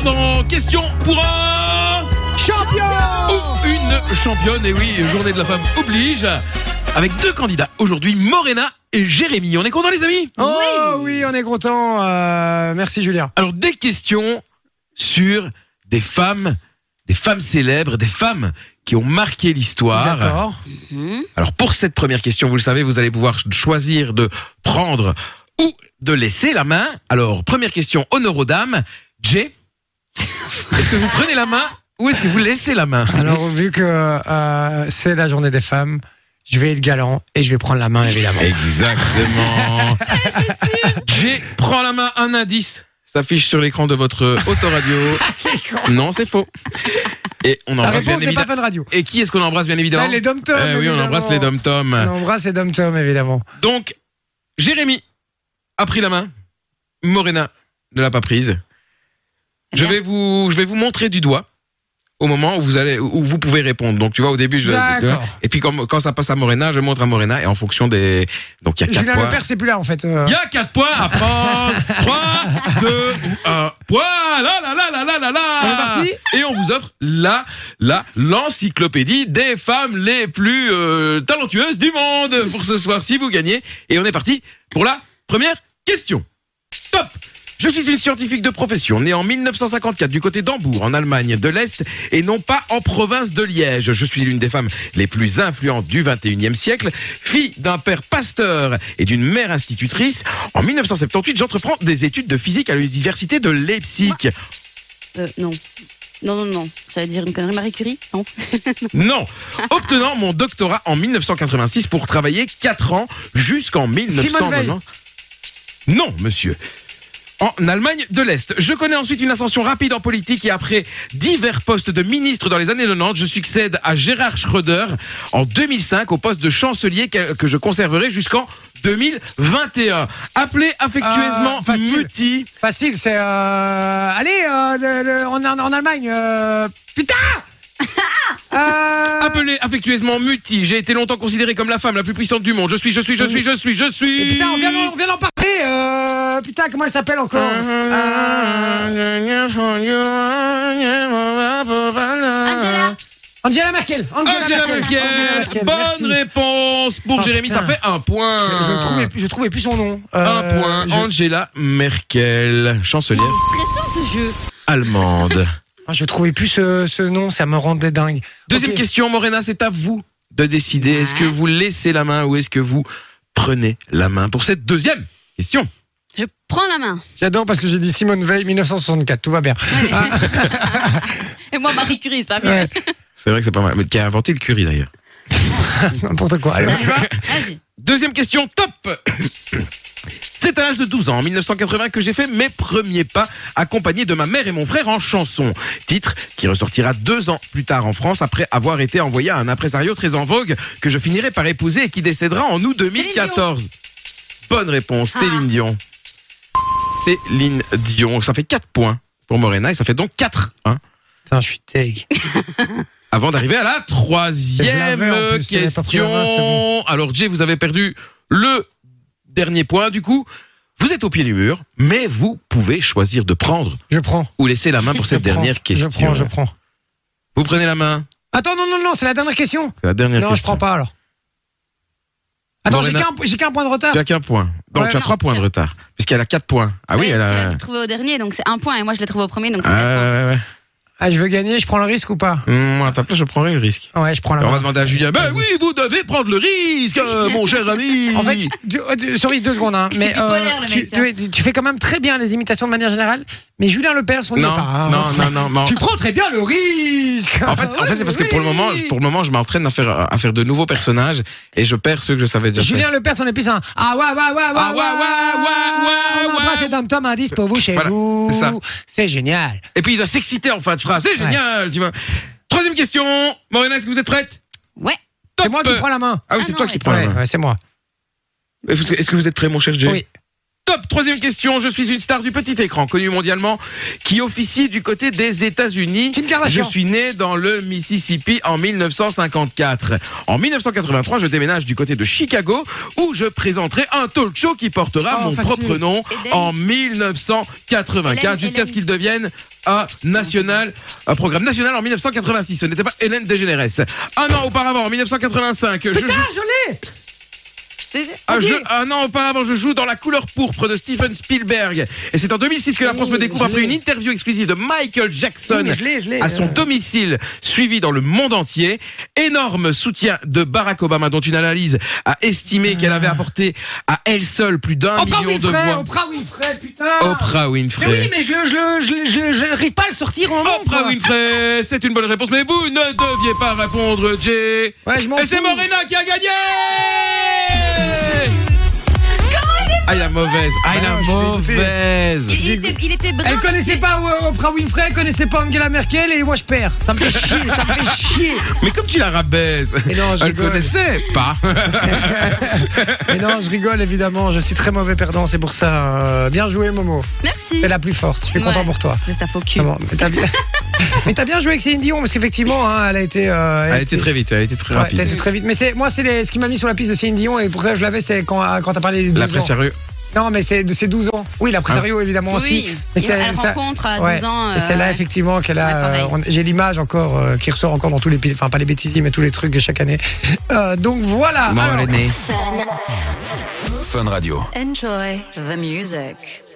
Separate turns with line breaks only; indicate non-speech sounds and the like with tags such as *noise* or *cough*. demain euh, dans Question pour un
Champion
ou une championne. Et oui, journée de la femme oblige. Avec deux candidats aujourd'hui, Morena et Jérémy. On est content les amis
Oh oui, on est content. euh, merci Julien.
Alors des questions sur des femmes, des femmes célèbres, des femmes qui ont marqué l'histoire.
D'accord.
Alors pour cette première question, vous le savez, vous allez pouvoir ch- choisir de prendre ou de laisser la main. Alors première question, honneur aux dames. Jay, est-ce que vous prenez la main ou est-ce que vous laissez la main
Alors vu que euh, c'est la journée des femmes, je vais être galant et je vais prendre la main évidemment. *laughs*
Exactement. Jay, prends la main, un indice s'affiche sur l'écran de votre autoradio.
*laughs*
non, c'est faux. Et on
La
embrasse bien
réponse n'est Ah, pas
évidemment.
Fun Radio.
Et qui est-ce qu'on embrasse bien évidemment
Ah, les dom Tom.
Eh oui, on embrasse les dom
On
tom
embrasse les dom Tom évidemment.
Donc, Jérémy a pris la main. Morena ne l'a pas prise. Je vais vous, je vais vous montrer du doigt au moment où vous allez, où vous pouvez répondre. Donc, tu vois, au début, je,
D'accord.
et puis quand, quand ça passe à Morena, je montre à Morena et en fonction des, donc il y a quatre
Julien
points.
Lepers c'est plus là en fait. euh.
Il y a 4 points à prendre. 3, 2 ou 1. Voilà, la la la la la la.
On est parti
Et on vous offre la, la, l'encyclopédie des femmes les plus euh, talentueuses du monde pour ce soir si vous gagnez. Et on est parti pour la première question. Stop je suis une scientifique de profession, née en 1954 du côté d'Hambourg, en Allemagne de l'Est, et non pas en province de Liège. Je suis l'une des femmes les plus influentes du 21e siècle, fille d'un père pasteur et d'une mère institutrice. En 1978, j'entreprends des études de physique à l'université de Leipzig.
Euh, non. Non, non, non. Ça veut dire une connerie Marie Curie
*laughs*
Non.
Non, obtenant mon doctorat en 1986 pour travailler 4 ans jusqu'en
Veil.
1990. Non, monsieur. En Allemagne de l'Est. Je connais ensuite une ascension rapide en politique et après divers postes de ministre dans les années 90, je succède à Gérard Schröder en 2005 au poste de chancelier que que je conserverai jusqu'en 2021. Appelé affectueusement
Euh, facile.
Muti.
Facile c'est. euh, Allez euh, le- le- en, en- en Allemagne. euh,
*laughs*
Putain. Euh,
Appelé affectueusement Muti. J'ai été longtemps considérée comme la femme la plus puissante du monde. Je suis, je suis, je suis, je suis, je suis.
Et Eh, putain, on vient, d'en- on vient d'en parler. euh, putain, comment elle s'appelle encore Euh,
Ah.
Angela
Angela Merkel.
Merkel.
merci.
Bonne réponse pour
Oh,
Jérémy, ça
putain.
fait un point.
Je, je, trouvais, plus- je trouvais plus son nom.
Un
Euh,
point.
Je,
Angela Merkel, chancelière
Stressant ce jeu.
*laughs*
allemande.
ah, je trouvais plus ce, ce nom, ça me rendait dingue.
Deuxième
Ok.
question, Morena, c'est à vous de décider. Est-ce
Ouais.
que vous laissez la main ou est-ce que vous prenez la main pour cette deuxième question
Je prends la main.
J'adore parce que j'ai dit Simone Veil 1964, tout va bien.
Mm.
*laughs* Et moi, Marie Curie, c'est pas mieux.
Ouais,
C'est vrai que c'est pas mal. Mais qui a inventé le curry d'ailleurs
N'importe quoi. Allez, on *laughs* y va.
Vas-y.
Deuxième question, top C'est à l'âge de 12 ans, en 1980, que j'ai fait mes premiers pas, accompagné de ma mère et mon frère en chanson. Titre qui ressortira deux ans plus tard en France, après avoir été envoyé à un impresario très en vogue, que je finirai par épouser et qui décédera en août 2014. Bonne réponse,
Ah.
Céline Dion. Céline Dion, ça fait 4 points pour Morena, et ça fait donc 4 hein,
Putain, je suis tag.
avant d'arriver à la
Je
troisième
l'avais en plus, hein, j'avais pas pris la
question.
main, c'était bon.
Alors Jay, vous avez perdu le dernier point. Du coup, vous êtes au pied du mur, mais vous pouvez choisir de prendre
Je prends.
ou laisser la main pour cette
je prends,
dernière question.
Je prends, je prends.
Vous prenez la main.
Attends, non, non, non, c'est la dernière question.
C'est la dernière
non, je
question.
prends pas alors. Attends, j'ai
Morena.
qu'un j'ai qu'un point de retard.
Tu as qu'un point. Donc
Ouais,
tu as
non,
trois points de
tiens.
retard, puisqu'elle a quatre points. Ah oui,
Ouais,
elle
Tu l'as
a.
trouvé au dernier, donc c'est un point. Et moi, je l'ai trouvé au premier, donc c'est
Ah,
quatre points.
ouais, ouais, ouais.
Ah, je veux gagner, je prends le risque ou pas
Hum, Moi, à ta place, je prendrais le risque.
Ouais, je prends la
On va
main.
demander à Julien. Ben oui, vous devez prendre le
*laughs*
risque, euh, mon cher ami.
Ah. En fait, du- euh, du- sorry, deux secondes, hein, mais
Il est bipolaire, le
tu,
mec, tiens.
tu- tu fais quand même très bien les imitations de manière générale, mais Julien Lepers, on n'y est
non,
pas. hein.
non, non, non, non.
Tu prends très bien le risque
En fait, en fait c'est parce que pour le
Oui.
moment, je- pour le moment, je m'entraîne à faire, à faire de nouveaux personnages et je perds ceux que je savais déjà. faire.
Julien Lepers, on est plus un. Ah ouais, ouais, ouais, ouais,
Ah ouais, ouais, ouais,
On
ouais,
embrasse
ouais.
et Dom Tom indice pour vous chez
Voilà,
vous.
c'est ça.
C'est génial.
Et puis il doit s'exciter en fin de phrase. C'est génial, tu vois. Troisième question. Morena, est-ce que vous êtes prête
Ouais.
Top.
C'est moi qui prends la main.
Ah oui,
Ah
c'est
non,
toi qui
ouais.
prends la
Ouais,
main.
ouais, c'est moi.
Est-ce que- est-ce que vous êtes prêt, mon cher Jay
Oui.
Top Troisième question, je suis une star du petit écran, connue mondialement, qui officie du côté des États-Unis.
Kim Kardashian.
Je suis né dans le Mississippi en 1954. En 1983, je déménage du côté de Chicago, où je présenterai un talk show qui portera
Oh,
mon
facile.
propre nom
Eden.
en 1984,
Hélène,
jusqu'à
Hélène.
ce qu'il devienne un national, un programme national en 1986. Ce n'était pas Hélène Dégénérès. Un an auparavant, en 1985, je joue-
C'est-
un,
Ok.
jeu- un an auparavant, je joue dans La couleur pourpre de Steven Spielberg. Et c'est en 2006 que la
Oh,
France me découvre après une interview exclusive de Michael Jackson à son domicile, suivi dans le monde entier. Énorme soutien de Barack Obama, dont une analyse a estimé qu'elle avait apporté à elle seule plus d'un
Ah. Oprah
million de
Winfrey,
voix.
Oprah Winfrey, putain.
Oprah
Mais
Winfrey.
oui, mais je, je, je, je, je, je n'arrive pas à le sortir en nom.
Oprah
quoi.
Winfrey, c'est une bonne réponse, mais vous ne deviez pas répondre, Jay.
Ouais, je m'en
Et c'est
fous.
Morena qui a gagné Ah, il a mauvaise. Ah, il
Ah,
a
je suis dégoûté.
mauvaise.
Il, il était, il était brin-
Elle connaissait pas euh, Oprah Winfrey, elle connaissait pas Angela Merkel et moi je perds. Ça me fait chier, ça me fait chier.
Mais comme tu la rabaises,
Mais non, je
elle
rigole.
connaissait pas.
Mais non, je rigole évidemment, je suis très mauvais perdant, c'est pour ça. euh, bien joué Momo,
Merci.
t'es la plus forte, je suis content
Ouais.
pour toi.
Mais ça faut cul.
Vraiment, mais t'as bien... *laughs* mais t'as bien joué avec Céline Dion parce qu'effectivement, hein, elle a été. euh,
Elle était très vite, elle était très
Ouais, t'as été
rapide.
très vite. Mais c'est moi, c'est les- ce qui m'a mis sur la piste de Céline Dion et pour ça je l'avais, c'est quand, quand t'as parlé des 12
La presse
ans.
sérieux.
Non, mais c'est de ses 12 ans. Oui, la presse
Ah.
sérieux, évidemment aussi.
Oui,
Mais
il-
c'est-
elle
ça-
rencontre à 12
Ouais.
ans.
Et c'est
euh,
là effectivement qu'elle
Ouais,
a.
pareil.
euh, on- J'ai l'image encore euh, qui ressort encore dans tous les pays. Enfin, pas les bêtises, mais tous les trucs de chaque année. Euh, donc voilà. Alors,
Morena.
Fun Radio.
Enjoy the music.